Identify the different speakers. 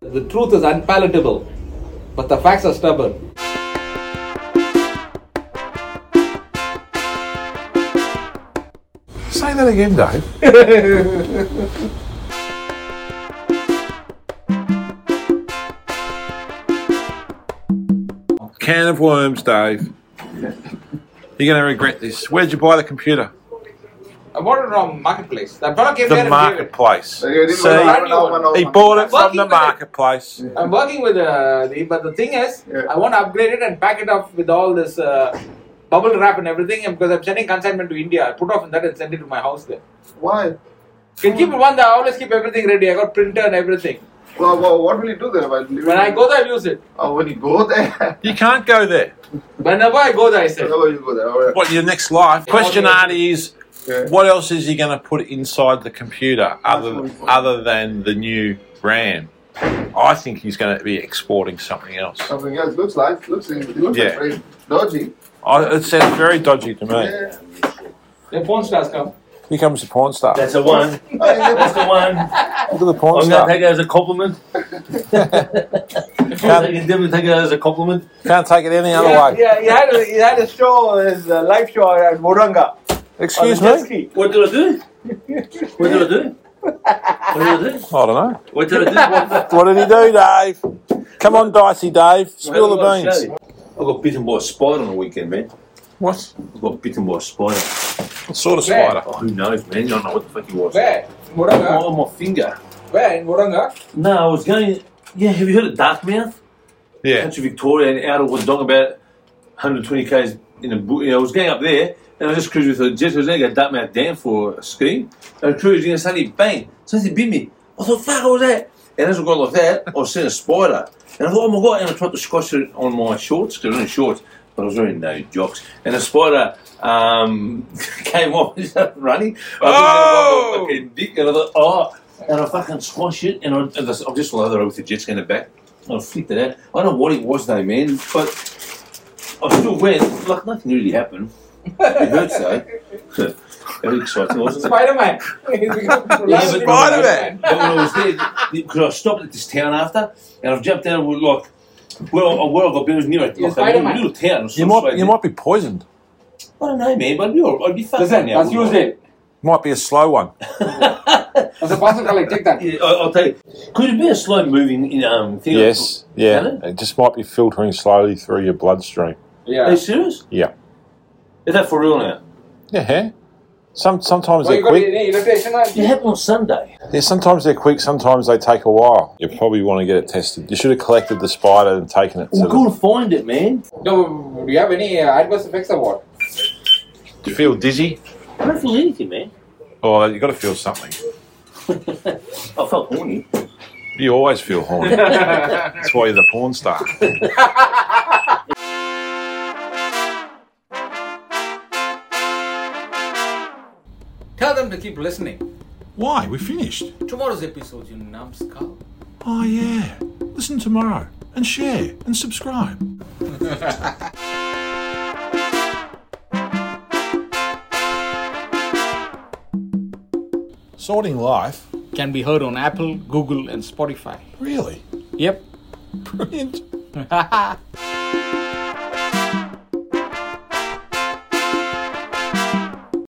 Speaker 1: The truth is unpalatable, but the facts are stubborn.
Speaker 2: Say that er again, Dave. Can of worms, Dave. You're going to regret this. Where'd you buy the computer?
Speaker 1: I bought it from marketplace. The product came there and gave
Speaker 2: The
Speaker 1: it.
Speaker 2: marketplace.
Speaker 3: So you didn't
Speaker 2: See,
Speaker 3: want to know, know,
Speaker 2: he
Speaker 3: know.
Speaker 2: bought it from
Speaker 1: Working
Speaker 2: the
Speaker 1: with it.
Speaker 2: marketplace.
Speaker 1: I'm working with uh, the, but the thing is,
Speaker 3: Yeah.
Speaker 1: I want to upgrade it and pack it up with all this uh, bubble wrap and everything and because I'm sending consignment to India. I put off in that and send it to my house there.
Speaker 3: Why?
Speaker 1: Can keep it one. I always keep everything ready. I got printer and everything.
Speaker 3: Well, well, what will you do there? While living
Speaker 1: When I
Speaker 3: in-
Speaker 1: go there, I'll use it.
Speaker 3: oh, when you go there,
Speaker 2: You can't go there.
Speaker 1: Whenever I go there, I said.
Speaker 3: whenever you go there. All right.
Speaker 2: What your next life? Question,
Speaker 1: Yeah.
Speaker 2: Artie, is
Speaker 3: Yeah.
Speaker 2: what else is he going to put inside the computer other other than the new RAM? I think he's going to be exporting something else.
Speaker 3: Something else looks like looks it looks
Speaker 2: Yeah.
Speaker 3: like very dodgy.
Speaker 2: I, it sounds very dodgy to me.
Speaker 3: Yeah.
Speaker 1: The porn stars come.
Speaker 2: Here comes the porn star.
Speaker 4: That's a one. That's
Speaker 3: I,
Speaker 4: the one.
Speaker 2: Look at the porn
Speaker 4: I'm
Speaker 2: star.
Speaker 4: gonna take it as a compliment. I can definitely take it as a compliment.
Speaker 2: Can't take it any other
Speaker 1: yeah,
Speaker 2: way.
Speaker 1: yeah, he had a, he had a show, his uh, live show at Moranga.
Speaker 2: Excuse
Speaker 1: on the jet
Speaker 2: me?
Speaker 1: ski.
Speaker 4: What did I do? What did I do? What did I do?
Speaker 2: I don't know.
Speaker 4: What did I do? What-
Speaker 2: What did he do, Dave? Come on, Dicey Dave. Spill
Speaker 4: Well,
Speaker 2: the
Speaker 4: I'll show
Speaker 2: beans.
Speaker 4: you.
Speaker 5: I got bitten by a spider on the weekend, man.
Speaker 2: What?
Speaker 5: I got bitten by a spider.
Speaker 2: What sort of
Speaker 1: Where?
Speaker 2: spider?
Speaker 5: Oh, who knows, man? I don't know what the fuck he was.
Speaker 1: Where?
Speaker 5: Oh,
Speaker 1: Moranga?
Speaker 5: on my finger.
Speaker 1: Where? In Moranga?
Speaker 4: No, I was going. Yeah, have you heard of Dark Mouth?
Speaker 2: Yeah.
Speaker 5: Country Victoria and out of Wodonga about 120 k's in a boot. You know, I was going up there and I was just cruising with a jet. I was going to go Dark Mouth down for skiing. I was cruising and suddenly, bang, something bit me. I thought, fuck, what was that? And as I got like that, I seen a spider. And I thought, oh my god, and I tried to squash it on my shorts, because I was in shorts, but I was wearing no jocks. And the spider um, came off and started running. I thought,
Speaker 2: Oh!
Speaker 5: "Oh, my fucking dick. And I thought, oh. And I fucking squash it, and I, and I just lathered with the jet ski in the back. I flicked it out. I don't know what it was though, man, but I still went. Like nothing really happened. It hurts though. it was exciting, wasn't it?
Speaker 1: Spider Man.
Speaker 5: Yeah, but-
Speaker 2: Spider-Man.
Speaker 5: But when I was there, because I stopped at this town after, and I've jumped out with like, well, where I got been was near it,
Speaker 1: You're
Speaker 5: like a little,
Speaker 1: Spider-Man.
Speaker 5: little town. or
Speaker 2: You
Speaker 5: some
Speaker 2: might,
Speaker 5: shit.
Speaker 2: you might be poisoned.
Speaker 5: I don't know, man, but I'd be, all- I'd be fucking
Speaker 1: Listen,
Speaker 5: now.
Speaker 1: that's
Speaker 5: wouldn't I?
Speaker 1: Tuesday.
Speaker 2: Might be a slow one.
Speaker 1: That's a parcel collect. Take that.
Speaker 5: Yeah, I- I'll tell you. Could it be a slow moving um, thing?
Speaker 2: Yes, yeah.
Speaker 5: Can
Speaker 2: It just might be filtering slowly through your bloodstream.
Speaker 5: Are
Speaker 1: Yeah.
Speaker 5: you serious?
Speaker 2: Yeah.
Speaker 5: Is that for real now?
Speaker 2: Yeah. Some sometimes
Speaker 1: Well,
Speaker 2: they're
Speaker 1: you got
Speaker 2: quick.
Speaker 1: any illustration?
Speaker 4: It happened on Sunday.
Speaker 2: Yeah, sometimes they're quick. Sometimes they take a while. You probably want to get it tested. You should have collected the spider and taken
Speaker 1: Oh,
Speaker 2: it. To
Speaker 4: We
Speaker 2: the,
Speaker 4: couldn't find it, man.
Speaker 1: No, do you have any uh, adverse effects or what?
Speaker 2: do you feel dizzy?
Speaker 4: I don't feel anything, man.
Speaker 2: Oh, you got to feel something.
Speaker 4: I felt horny.
Speaker 2: You always feel horny. That's why you're the porn star.
Speaker 1: Tell them to keep listening.
Speaker 2: Why? We finished.
Speaker 1: Tomorrow's episode, you numbskull.
Speaker 2: Oh yeah. Listen tomorrow and share and subscribe. Sorting life.
Speaker 1: Can be heard on Apple, Google, and Spotify.
Speaker 2: Really?
Speaker 1: Yep.
Speaker 2: Brilliant.